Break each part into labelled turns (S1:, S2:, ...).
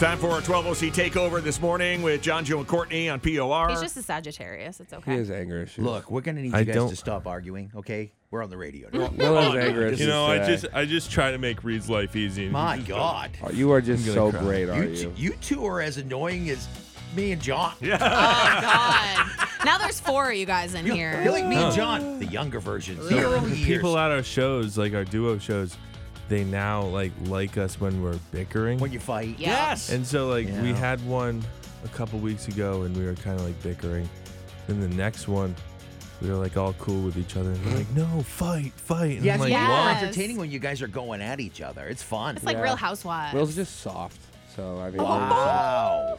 S1: Time for our 12OC takeover this morning with John, Joe, and Courtney on POR.
S2: He's just a Sagittarius. It's
S3: He
S2: okay.
S3: has anger issues.
S4: Look, we're gonna need you
S3: I
S4: guys
S3: don't-
S4: to stop arguing, okay? We're on the radio. now.
S3: Will has anger issues.
S5: You know, I
S3: today.
S5: just I just try to make Reed's life easy. and
S4: My
S5: he just
S4: God,
S3: Oh, you are just so great,
S4: you,
S3: are
S4: t-
S3: you?
S4: you two are as annoying as me and John. Yeah,
S2: Oh God. now there's four of you guys in
S4: you're,
S2: here.
S4: you're like me and John, the younger version, zero
S5: doesn't-
S4: years.
S5: People at our shows, like our duo shows, they now like like us when we're bickering.
S4: when you fight.
S2: Yeah. Yes.
S5: And so like we
S4: Yeah.
S5: had one a couple weeks ago and we were kind of like bickering. Then the next one, we were like all cool with each other and we're like, no, fight, fight. And
S4: Yeah, it's
S5: I'm like,
S4: way
S2: Yeah.
S5: "What?"
S4: more
S2: Yes.
S4: entertaining when you guys are going at each other. It's fun.
S2: It's like
S3: Yeah.
S2: Real Housewives.
S3: Will's just soft. So I mean,
S4: Oh, wow.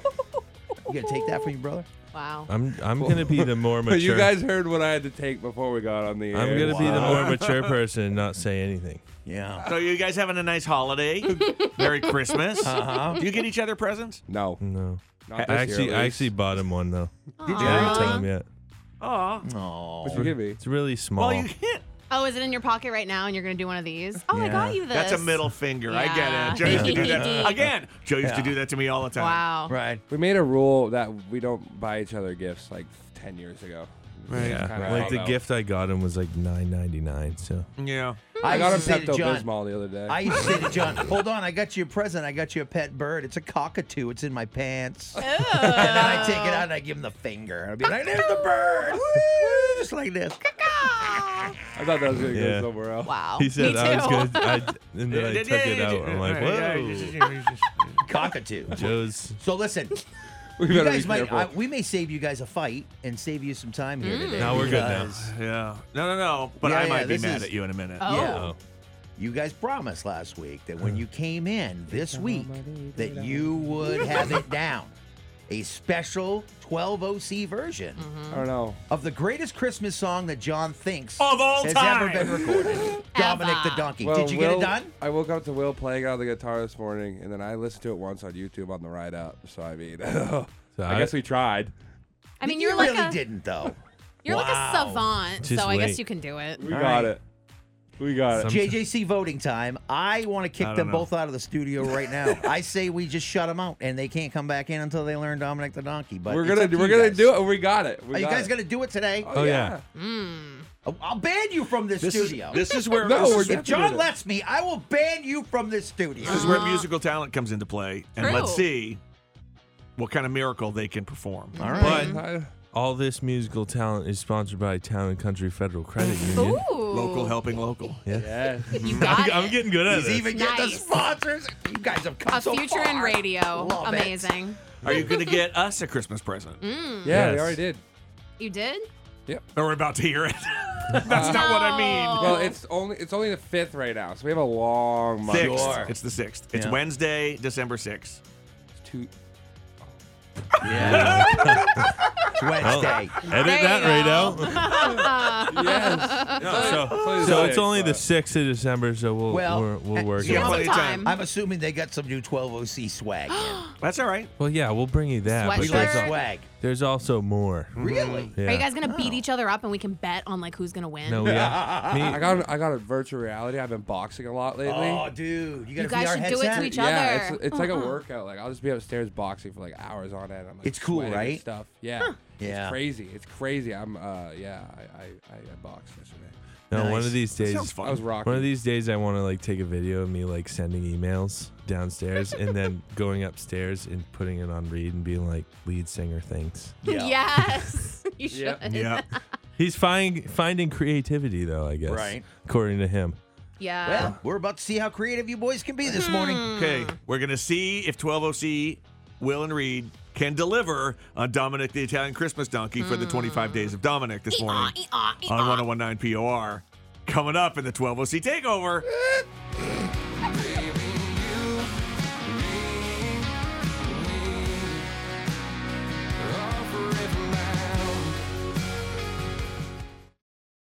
S4: you gonna take that from your brother?
S2: wow.
S5: I'm I'm gonna be the
S4: oh.
S5: more mature.
S3: But you guys heard what I had to take before we got on the air.
S5: I'm gonna be the
S4: Wow.
S5: more mature person and not say anything.
S4: Yeah.
S1: So you guys having a nice holiday? Merry Christmas.
S4: Uh-huh.
S1: Do you get each other presents?
S3: No,
S5: No.
S3: not
S5: I
S3: this year,
S5: actually
S3: at
S5: I
S3: least.
S5: actually bought him one though.
S4: Did
S5: I
S4: you?
S5: didn't tell him yet.
S1: Aw.
S4: Oh.
S3: What'd you give me?
S5: It's really small.
S1: Well, you can't.
S2: Oh, is it in your pocket right now? And you're gonna do one of these? Oh, I
S4: Yeah.
S2: got you this.
S1: That's a middle finger. I get
S2: Yeah.
S1: it. Joe used to do that.
S2: Yeah.
S1: Again, Joe used to do that to me all the time.
S2: Wow.
S4: Right.
S3: We made a rule that we don't buy each other gifts like ten years ago. Right.
S5: yeah. Like the gift I got him was like nine ninety nine. So
S1: Yeah.
S3: I got him
S4: used to say to
S3: Pepto
S4: John-
S3: Bismol the other day.
S4: I used to say to John, "Hold on, I got you a present. I got you a pet bird. It's a cockatoo. It's in my pants." and then I take it out and I give him the finger. And I'll be like, "There's the bird!" Woo! Just like this.
S3: I thought that was gonna
S5: Yeah.
S3: go somewhere else.
S2: Wow.
S5: he said
S2: Oh, Me
S5: I was
S2: too.
S5: good. I, and then I
S1: Yeah,
S5: took
S1: yeah,
S5: it
S1: yeah,
S5: out.
S1: yeah,
S5: I'm like,
S1: right, yeah, you
S5: whoa.
S1: just- you just-
S4: Cockatoo.
S5: Joe's
S4: So listen,
S3: We
S4: you
S3: better
S4: guys
S3: be
S4: might,
S3: careful.
S4: I, we may save you guys a fight and save you some time
S2: Mm.
S4: here today.
S5: Now we're good now.
S4: because
S1: Yeah. No, no, no. But
S4: Yeah,
S1: I
S4: yeah,
S1: might be
S4: this
S1: mad
S4: is-
S1: at you in a minute.
S2: Oh.
S4: Yeah. You guys promised last week that when you came in this week that you would have it down. A special 12OC version
S2: Mm-hmm.
S3: I don't know.
S4: of the greatest Christmas song that John thinks
S1: Of all
S4: has
S1: time.
S4: ever been recorded. Dominic the
S2: Ever.
S4: Donkey.
S3: Well,
S4: Did you get
S3: Will-
S4: it done?
S3: I woke up to Will playing out the guitar this morning, and then I listened to it once on YouTube on the ride up. So I mean, I
S5: I-
S3: guess we tried.
S2: I mean,
S4: you
S2: you're like
S4: really
S2: a
S4: didn't though.
S2: you're like a
S4: Wow.
S2: savant,
S5: Just
S2: so I
S5: wait.
S2: guess you can do it.
S3: We
S4: All
S3: got
S4: right.
S3: it. We got it.
S5: Some-
S4: JJC voting time. I want to
S1: I
S4: kick
S1: don't
S4: them
S1: know.
S4: both out of the studio right now. I say we just shut them out and they can't come back in until they learn Dominic the Donkey. But
S3: We're
S4: it's
S3: gonna
S4: up to
S3: do, we're
S4: you
S3: gonna
S4: guys.
S3: do it. We got it. We
S4: Are you
S3: got
S4: guys
S3: it. Oh.
S4: gonna do it today?
S5: Oh, yeah.
S4: I'll- I'll ban you from this,
S1: This is,
S4: studio.
S1: this is where
S3: No,
S1: this
S3: we're
S1: is-
S3: definitely
S4: if John
S3: doing it.
S4: lets me, I will ban you from this studio.
S1: This is where musical talent comes into play, and
S2: True.
S1: let's see what kind of miracle they can perform.
S4: All right.
S5: But all this musical talent is sponsored by Town and Country Federal Credit Union.
S2: Ooh.
S1: Local helping local.
S3: yes.
S4: Hmm.
S2: You got
S5: I'm,
S2: it.
S5: I'm getting good at
S4: He's
S5: this.
S4: even getting the
S2: Nice.
S4: sponsors. You guys have come
S2: a
S4: so
S2: future in
S4: far.
S2: radio.
S4: Love it.
S2: Amazing.
S1: Are you going to get us a Christmas present?
S3: Yeah,
S5: Yes.
S3: they already did.
S2: You did?
S1: Or we're about to hear it. That's not what I mean.
S2: No.
S4: Oh.
S3: Well, it's only it's only the fifth right now, so we have a long month.
S1: Sixth.
S4: Sure.
S1: It's the sixth. It's
S4: Yeah.
S1: Wednesday, December sixth.
S3: It's two-
S4: Yeah. It's Wednesday.
S5: Edit
S2: There
S5: that
S2: you
S5: right
S2: go.
S5: out.
S3: yes. the
S5: So, so it's
S3: sixth,
S5: only the
S3: but-
S5: 6th of December, so we'll,
S4: Well,
S5: we're,
S4: uh,
S5: we'll work
S1: You
S5: it
S2: Yeah.
S1: got
S5: out.
S2: Some
S1: plenty of time.
S2: time.
S4: I'm assuming they got some new 12OC swag. in.
S1: That's all right.
S5: Well, yeah, we'll bring you that. but
S4: we
S2: Sweatshirt.
S4: like
S5: there's,
S2: Sure.
S4: swag.
S5: there's also more.
S1: Mm-hmm.
S4: Really?
S5: Yeah.
S2: Are you guys gonna beat each other up and we can bet on like who's gonna win?
S5: No, we have, me,
S3: I got I got a virtual reality. I've been boxing a lot lately.
S4: Oh, dude. You, got
S2: you guys
S4: VR
S2: should
S4: headset?
S2: do it to each
S3: yeah,
S2: other.
S3: it's it's like a
S4: Uh-huh.
S3: workout. Like I'll just be upstairs boxing for like hours on end. I'm like
S4: It's cool,
S3: sweating and
S4: right?
S3: Stuff. Yeah.
S4: Yeah.
S3: It's crazy. It's crazy. I'm uh yeah. I I, I, I boxed yesterday.
S5: no one
S4: Nice.
S5: of these days.
S1: Sounds
S3: I was
S1: fun.
S3: rocking.
S5: One of these days, I want to like take a video of me like sending emails downstairs and then going upstairs and putting it on read and being like, lead singer, thanks.
S4: Yeah.
S2: Yes. You should.
S3: Yeah.
S1: Yeah.
S5: He's finding finding creativity though, I guess.
S4: Right.
S5: According to him.
S2: Yeah.
S4: Well, we're about to see how creative you boys can be this morning.
S1: Okay. We're gonna see if 12OC Will and Reed can deliver on Dominic the Italian Christmas Donkey for the 25 Days of Dominic this morning on 1019 POR. Coming up in the 12OC Takeover.
S3: Baby,